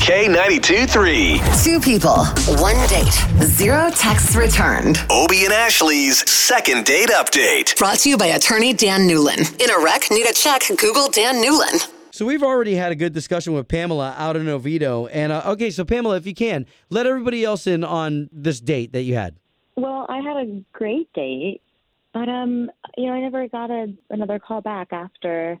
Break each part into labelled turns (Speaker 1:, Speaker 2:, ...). Speaker 1: K92 3.
Speaker 2: Two people, one date, zero texts returned.
Speaker 1: Obie and Ashley's second date update.
Speaker 2: Brought to you by attorney Dan Newlin. In a wreck, need a check, Google Dan Newlin.
Speaker 3: So we've already had a good discussion with Pamela out in Oviedo, and uh, okay, so Pamela, if you can, let everybody else in on this date that you had.
Speaker 4: Well, I had a great date, but um, you know, I never got a, another call back after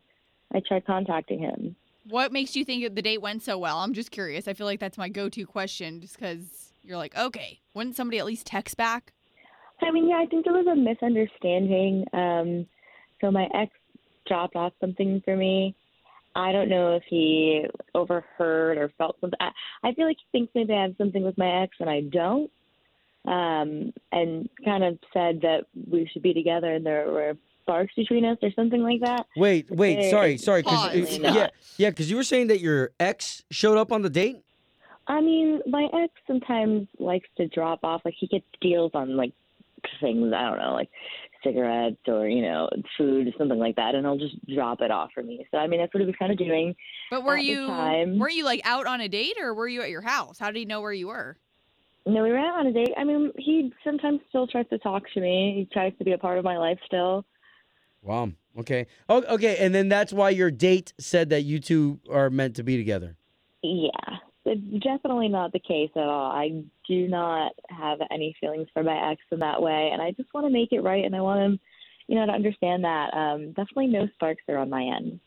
Speaker 4: I tried contacting him.
Speaker 5: What makes you think the date went so well? I'm just curious. I feel like that's my go-to question, just because you're like, okay, wouldn't somebody at least text back?
Speaker 4: I mean, yeah, I think there was a misunderstanding. Um, so my ex dropped off something for me. I don't know if he overheard or felt something. I, I feel like he thinks maybe I have something with my ex and I don't. Um, and kind of said that we should be together and there were sparks between us or something like that.
Speaker 3: Wait, wait,
Speaker 4: Eh,
Speaker 3: sorry, sorry, cause,
Speaker 5: Pause.
Speaker 3: yeah, yeah, because you were saying that your ex showed up on the date.
Speaker 4: I mean, my ex sometimes likes to drop off. Like he gets deals on like things. I don't know, like cigarettes or you know, food, something like that, and he'll just drop it off for me. So I mean, that's what he was kind of doing.
Speaker 5: But were
Speaker 4: At the
Speaker 5: you
Speaker 4: time-
Speaker 5: were you like out on a date or were you at your house? How did he know where you were?
Speaker 4: No, we were out on a date. I mean, he sometimes still tries to talk to me. He tries to be a part of my life still.
Speaker 3: Wow. Okay. Oh, okay, and then that's why your date said that you two are meant to be together.
Speaker 4: Yeah, it's definitely not the case at all. I do not have any feelings for my ex in that way, and I just want to make it right, and I want him, you know, to understand that. Um, definitely no sparks there on my end.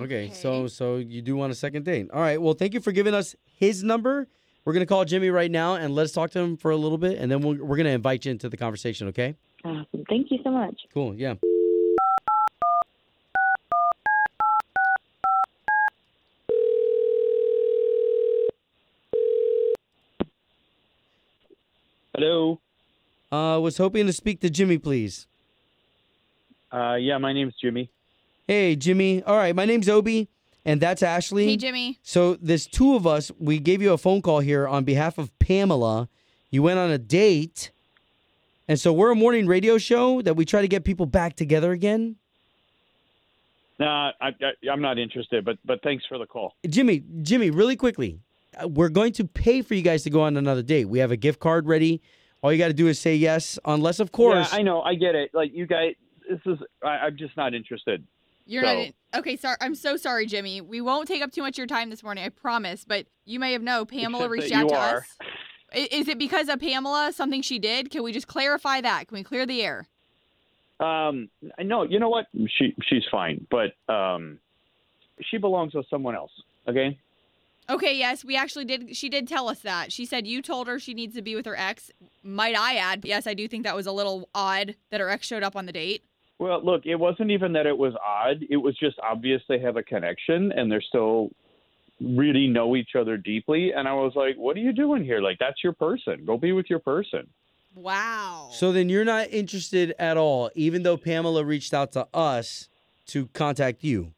Speaker 3: Okay,
Speaker 5: Okay.
Speaker 3: so so you do want a second date. All right. Well, thank you for giving us his number. We're gonna call Jimmy right now and let's talk to him for a little bit, and then we'll, we're gonna invite you into the conversation. Okay.
Speaker 4: Awesome. Thank you so much.
Speaker 3: Cool. Yeah.
Speaker 6: Hello.
Speaker 3: Uh, was hoping to speak to Jimmy, please.
Speaker 6: Uh, yeah, my name's Jimmy.
Speaker 3: Hey, Jimmy. All right, my name's Obi, and that's Ashley.
Speaker 5: Hey Jimmy.
Speaker 3: So there's two of us. We gave you a phone call here on behalf of Pamela. You went on a date, and so we're a morning radio show that we try to get people back together again.
Speaker 6: Nah, I, I, I'm not interested, but but thanks for the call.
Speaker 3: Jimmy, Jimmy, really quickly, uh, we're going to pay for you guys to go on another date. We have a gift card ready. All you got to do is say yes, unless of course.
Speaker 6: Yeah, I know. I get it. Like you guys, this is. I, I'm just not interested.
Speaker 5: You're
Speaker 6: So-
Speaker 5: not in- Okay, sorry. I'm so sorry, Jimmy. We won't take up too much of your time this morning, I promise, but you may have known Pamela
Speaker 6: Except that
Speaker 5: reached out
Speaker 6: you
Speaker 5: to
Speaker 6: are.
Speaker 5: us. I- Is it because of Pamela, something she did? Can we just clarify that? Can we clear the air?
Speaker 6: Um, I know. You know what? She she's fine, but um, she belongs with someone else. Okay.
Speaker 5: Okay, yes, we actually did. She did tell us that. She said you told her she needs to be with her ex. Might I add, yes, I do think that was a little odd that her ex showed up on the date.
Speaker 6: Well, look, it wasn't even that it was odd. It was just obvious they have a connection and they're still really know each other deeply. And I was like, what are you doing here? Like, that's your person. Go be with your person.
Speaker 5: Wow.
Speaker 3: so then you're not interested at all, even though Pamela reached out to us to contact you.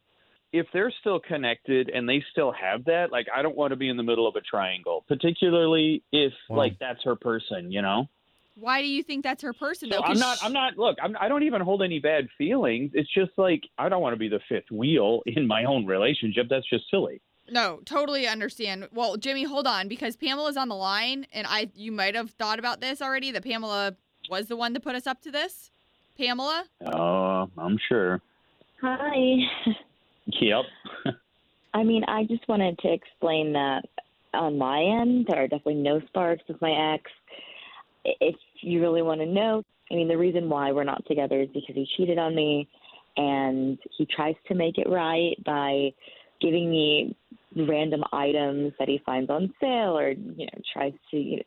Speaker 6: if they're still connected and they still have that, like I don't want to be in the middle of a triangle, particularly if
Speaker 3: Wow.
Speaker 6: like that's her person, you know.
Speaker 5: why do you think that's her person
Speaker 6: So
Speaker 5: though?
Speaker 6: I'm
Speaker 5: 'Cause
Speaker 6: not.
Speaker 5: she-
Speaker 6: I'm not. Look, I'm, I don't even hold any bad feelings. It's just like I don't want to be the fifth wheel in my own relationship. That's just silly.
Speaker 5: No, totally understand. Well, Jimmy, hold on because Pamela's on the line, and I you might have thought about this already that Pamela was the one that put us up to this. Pamela,
Speaker 6: Oh, I'm sure.
Speaker 4: Hi.
Speaker 6: Yep.
Speaker 4: I mean, I just wanted to explain that on my end, there are definitely no sparks with my ex. I- If you really want to know, I mean, the reason why we're not together is because he cheated on me and he tries to make it right by giving me random items that he finds on sale or, you know, tries to you know,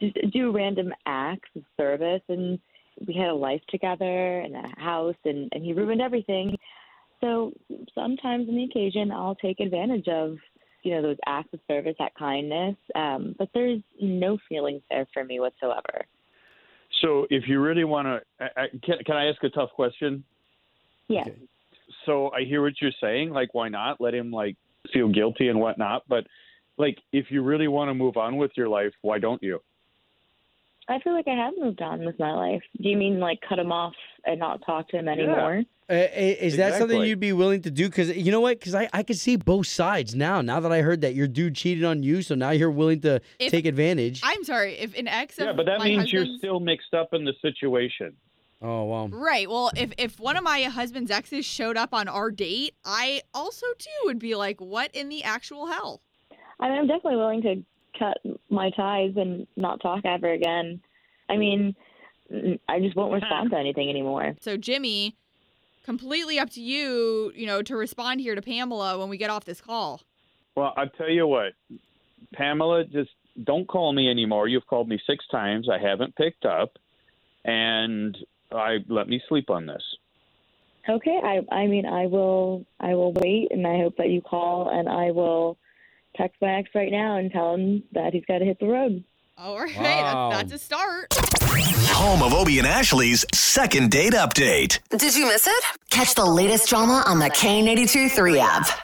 Speaker 4: just do random acts of service. And we had a life together and a house, and, and he ruined everything. So sometimes on the occasion, I'll take advantage of, you know, those acts of service, that kindness. Um, but there's no feelings there for me whatsoever.
Speaker 6: So if you really want to, I, I, can, can I ask a tough question?
Speaker 4: Yeah.
Speaker 3: Okay.
Speaker 6: so I hear what you're saying. Like, why not let him like feel guilty and whatnot? But like, if you really want to move on with your life, why don't you?
Speaker 4: I feel like I have moved on with my life. Do you mean like cut him off and not talk to him anymore?
Speaker 3: Uh, i- is that something
Speaker 6: Exactly.
Speaker 3: you'd be willing to do? Because you know what? Because I, I could see both sides now. Now that I heard that your dude cheated on you, so now you're willing to
Speaker 5: If-
Speaker 3: take advantage.
Speaker 5: I'm sorry if an ex.
Speaker 6: Yeah,
Speaker 5: of
Speaker 6: but that
Speaker 5: my
Speaker 6: means you're
Speaker 5: husband's-
Speaker 6: still mixed up in the situation.
Speaker 3: oh wow.
Speaker 5: Right. Well, if if one of my husband's exes showed up on our date, I also too would be like, "What in the actual hell?"
Speaker 4: I mean, I'm definitely willing to cut my ties and not talk ever again. I mean, n- I just won't respond to anything anymore.
Speaker 5: So Jimmy, completely up to you, you know, to respond here to Pamela when we get off this call.
Speaker 6: Well, I tell you what, Pamela, just don't call me anymore. You've called me six times. I haven't picked up, and I let me sleep on this.
Speaker 4: Okay, I I mean, I will I will wait, and I hope that you call, and I will text my ex right now and tell him that he's got to hit the road.
Speaker 5: All right,
Speaker 3: Wow.
Speaker 5: that's, that's a start.
Speaker 1: Home of Obie and Ashley's second date update.
Speaker 2: Did you miss it? Catch the latest drama on the K82 3 app.